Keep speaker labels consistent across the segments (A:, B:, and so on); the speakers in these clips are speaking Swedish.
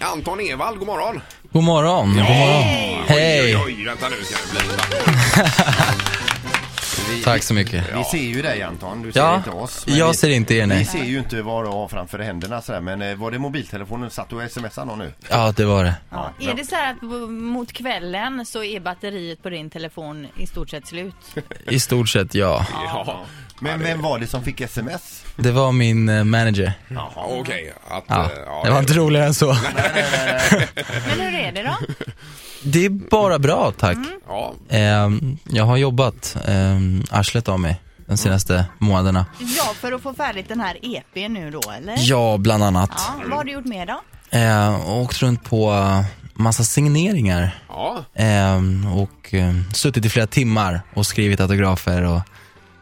A: Anton Ewald, god morgon.
B: God morgon. God morgon.
A: Oj,
B: Hej.
A: oj, oj, vänta nu ska det bli.
C: Vi,
B: Tack så mycket.
A: Ja.
C: Vi ser ju dig Anton, du ser
B: Ja,
C: inte oss. men
B: jag
C: vi,
B: ser inte er
C: Vi
B: nej.
C: ser ju inte vad du har framför händerna sådär, men eh, var det mobiltelefonen? Satt du och smsade någon nu?
B: Ja, det var det.
C: Ja,
D: Är det så här att mot kvällen så är batteriet på din telefon i stort sett slut?
B: I stort sett ja.
A: Ja.
C: Men vem var det som fick sms?
B: Det var min eh, manager.
A: Ja, Okej, att...
B: Ja,
A: eh,
B: det var inte roligare än så.
D: Men hur är det då?
B: Det är bara bra, tack.
A: Ja,
B: Ehm, Jag har jobbat ehm, arslet av mig de senaste månaderna.
D: Ja, för att få färdigt den här EP nu då eller?
B: Ja, bland annat.
D: Ja, vad har du gjort mer då?
B: Ehm, och Åkt runt på eh, massa signeringar
A: ja.
B: Ehm, och eh, suttit i flera timmar och skrivit autografer och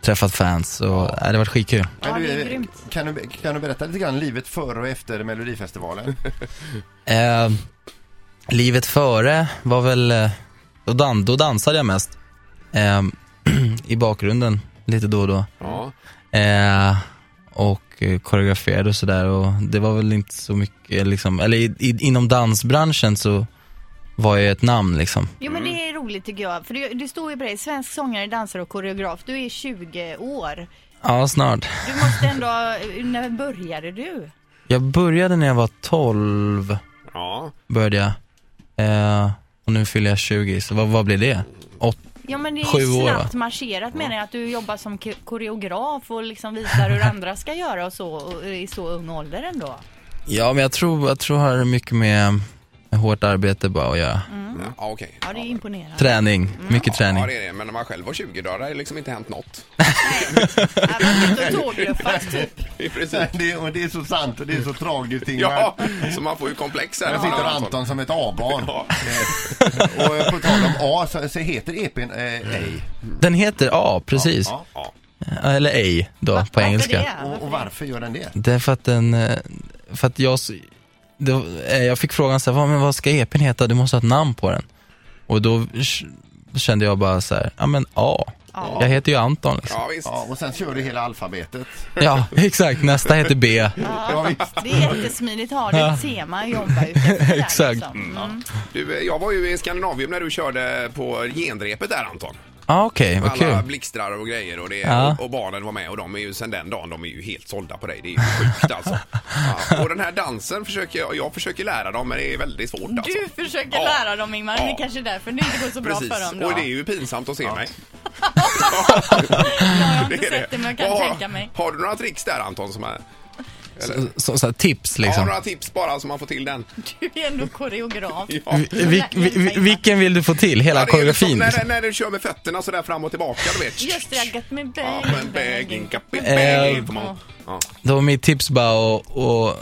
B: träffat fans. Och, eh, det har varit skitkul.
D: Ja,
C: Men du,
D: det är
C: eh,
D: grymt.
C: kan, du, kan du berätta lite grann livet före och efter Melodifestivalen?
B: Eh, livet före var väl, eh, då, dan- då dansade jag mest. Eh, I bakgrunden lite då och då.
A: ja.
B: Eh, och eh, koreograferade och sådär och det var väl inte så mycket liksom, eller i, i, inom dansbranschen så var jag ett namn liksom.
D: Jo men det är roligt tycker jag, för det, det står ju på dig, svensk sångare, dansare och koreograf, du är 20 år.
B: Ja, snart.
D: Du måste ändå, när började du?
B: Jag började när jag var 12,
A: ja.
B: började jag. Eh, och nu fyller jag 20, så vad, vad blir det? Åt,
D: Ja men det är
B: Sju
D: ju
B: år, va?
D: snabbt marscherat menar jag, att du jobbar som k- koreograf och liksom visar hur andra ska göra och så och i så ung ålder ändå.
B: ja, men jag tror, jag tror det har mycket med, med hårt arbete bara att göra.
A: Ja, okej.
D: Ja det är ju imponerande.
B: Träning, mycket träning.
A: Ja, det är det. Men när man själv var 20 då har det liksom inte hänt något.
D: Ja, man har suttit och tågluffat typ.
A: Precis.
C: det, och det är så sant och det är så tragiskt Ingmar.
A: Ja, så man får ju komplex här.
C: Här sitter Anton som ett A-barn. Eh, och eh, på tal om A så, så heter EPn eh,
A: Mm.
C: ej.
B: Den heter A, precis.
C: Ja,
A: Ja.
B: Eller A då, på
D: Varför
B: engelska.
D: det?
C: Och, och varför gör den det?
B: Det är för att den, eh, för att jag, s- det, eh, jag fick frågan så här, "Vad- men vad ska EPn heta? Du måste ha ett namn på den. Och då sh- kände jag bara så här, ja men A. Jag heter ju Anton liksom.
A: Ja, visst.
C: Ja, och sen kör du hela alfabetet.
B: Ja, exakt. Nästa heter B.
C: Ja, visst.
D: Det är jättesmidigt, har du ett tema att jobba utifrån. där,
B: Exakt.
D: Liksom. Mm.
A: Du, eh, jag var ju i Skandinavien när du körde på genrepet där Anton.
B: Ja, Ah, okej, vad
A: Alla
B: kul.
A: blixtrar och grejer och, det,
B: Ja.
A: och, och barnen var med och de är ju sen den dagen, de är ju helt sålda på dig. Det är ju sjukt alltså. Ja, och den här dansen försöker jag, jag försöker lära dem men det är väldigt svårt alltså.
D: Du försöker
A: Ja.
D: lära dem Ingmar, det
A: Ja.
D: är kanske därför det inte går så bra
A: Precis,
D: för dem då.
A: och det är ju pinsamt att se mig.
D: jag har
A: Det
D: inte
A: är
D: sett det men jag kan
A: Vad har-
D: tänka mig.
A: Har du några tricks där Anton? Som är,
B: Så, så, så här, tips
A: har
B: liksom.
A: några tips bara så man får till den?
D: Du är ändå koreograf.
A: Ja.
B: Vi- vi- vi- vilken vill du få till? Hela
A: Ja, det är ju som
B: koreografin?
A: när,
B: Liksom.
A: när du kör med fötterna sådär fram och tillbaka, du vet.
D: Just det, jag got me
A: Ja,
D: back.
A: men bägin, kappi,
B: Eh,
A: bägin, får man- Ja.
B: Då var mitt tips bara att eh, och,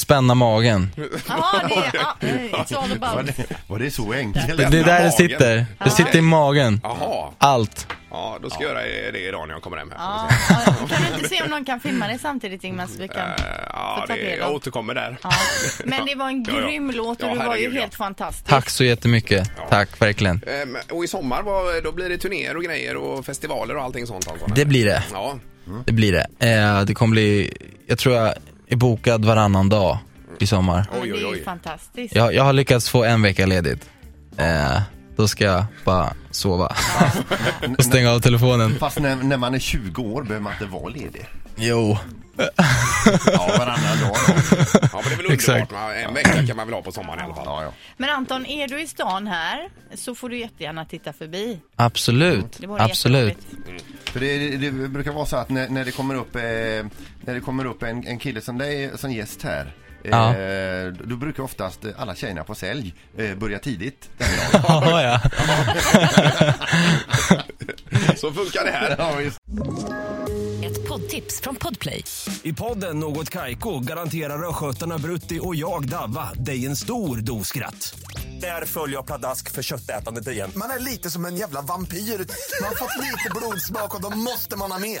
B: spänna magen.
D: Jaha, det är... ja, eh, It's all
C: Var
D: about...
C: det, var det så enkelt?
B: Det är där det
A: Magen.
B: sitter. Det sitter i magen.
A: Jaha,
B: Allt.
A: ja, då ska jag göra det idag när jag kommer hem. Här.
D: Ja, ja, kan du inte se om någon kan filma det samtidigt Ingmar så vi kan
A: Eh, ja,
D: få ta
A: det,
D: del
A: jag
D: av?
A: återkommer där.
D: Ja. Men det var en
A: Ja, ja.
D: grym låt och
A: Ja,
D: du var ju
A: herregud, ja.
D: helt fantastisk.
B: Tack så jättemycket. Tack, verkligen.
A: Ehm, och i sommar var, då blir det turnéer och grejer och festivaler och allting sånt. Anton.
B: Det blir det.
A: Ja,
B: Det blir det. Eh, det kommer bli, jag tror jag är bokad varannan dag i sommar.
D: Men
A: oj,
D: det är
A: oj.
D: ju fantastiskt.
B: Jag, jag har lyckats få en vecka ledigt. Eh, då ska jag bara sova och stänga av telefonen.
C: Fast när, när man är 20 år behöver man inte vara ledig.
B: Jo.
C: Ja, varannan dag.
A: ja men det är väl underbart.
B: Exakt.
A: Man, en vecka kan man väl ha på sommaren i alla fall.
C: Ja, ja.
D: Men Anton, är du i stan här så får du jättegärna titta förbi.
B: Absolut.
D: Det vore
B: Absolut.
D: jätteroligt.
C: För det, det brukar vara så att när, när det kommer upp, eh, när det kommer upp en, en kille som dig som gäst här eh,
B: Ja.
C: Då brukar oftast eh, alla tjejerna på sälj eh, börja tidigt.
B: Ja, ja.
A: Så funkar det här.
C: Ja, visst.
E: Ett poddtips från Podplay.
F: I podden Något Kaiko garanterar östgötarna Brutti och jag, Davva, dig en stor dos skratt. Där följer jag pladask för köttätandet igen.
G: Man är lite som en jävla vampyr. Man har fått lite blodsmak och då måste man ha mer.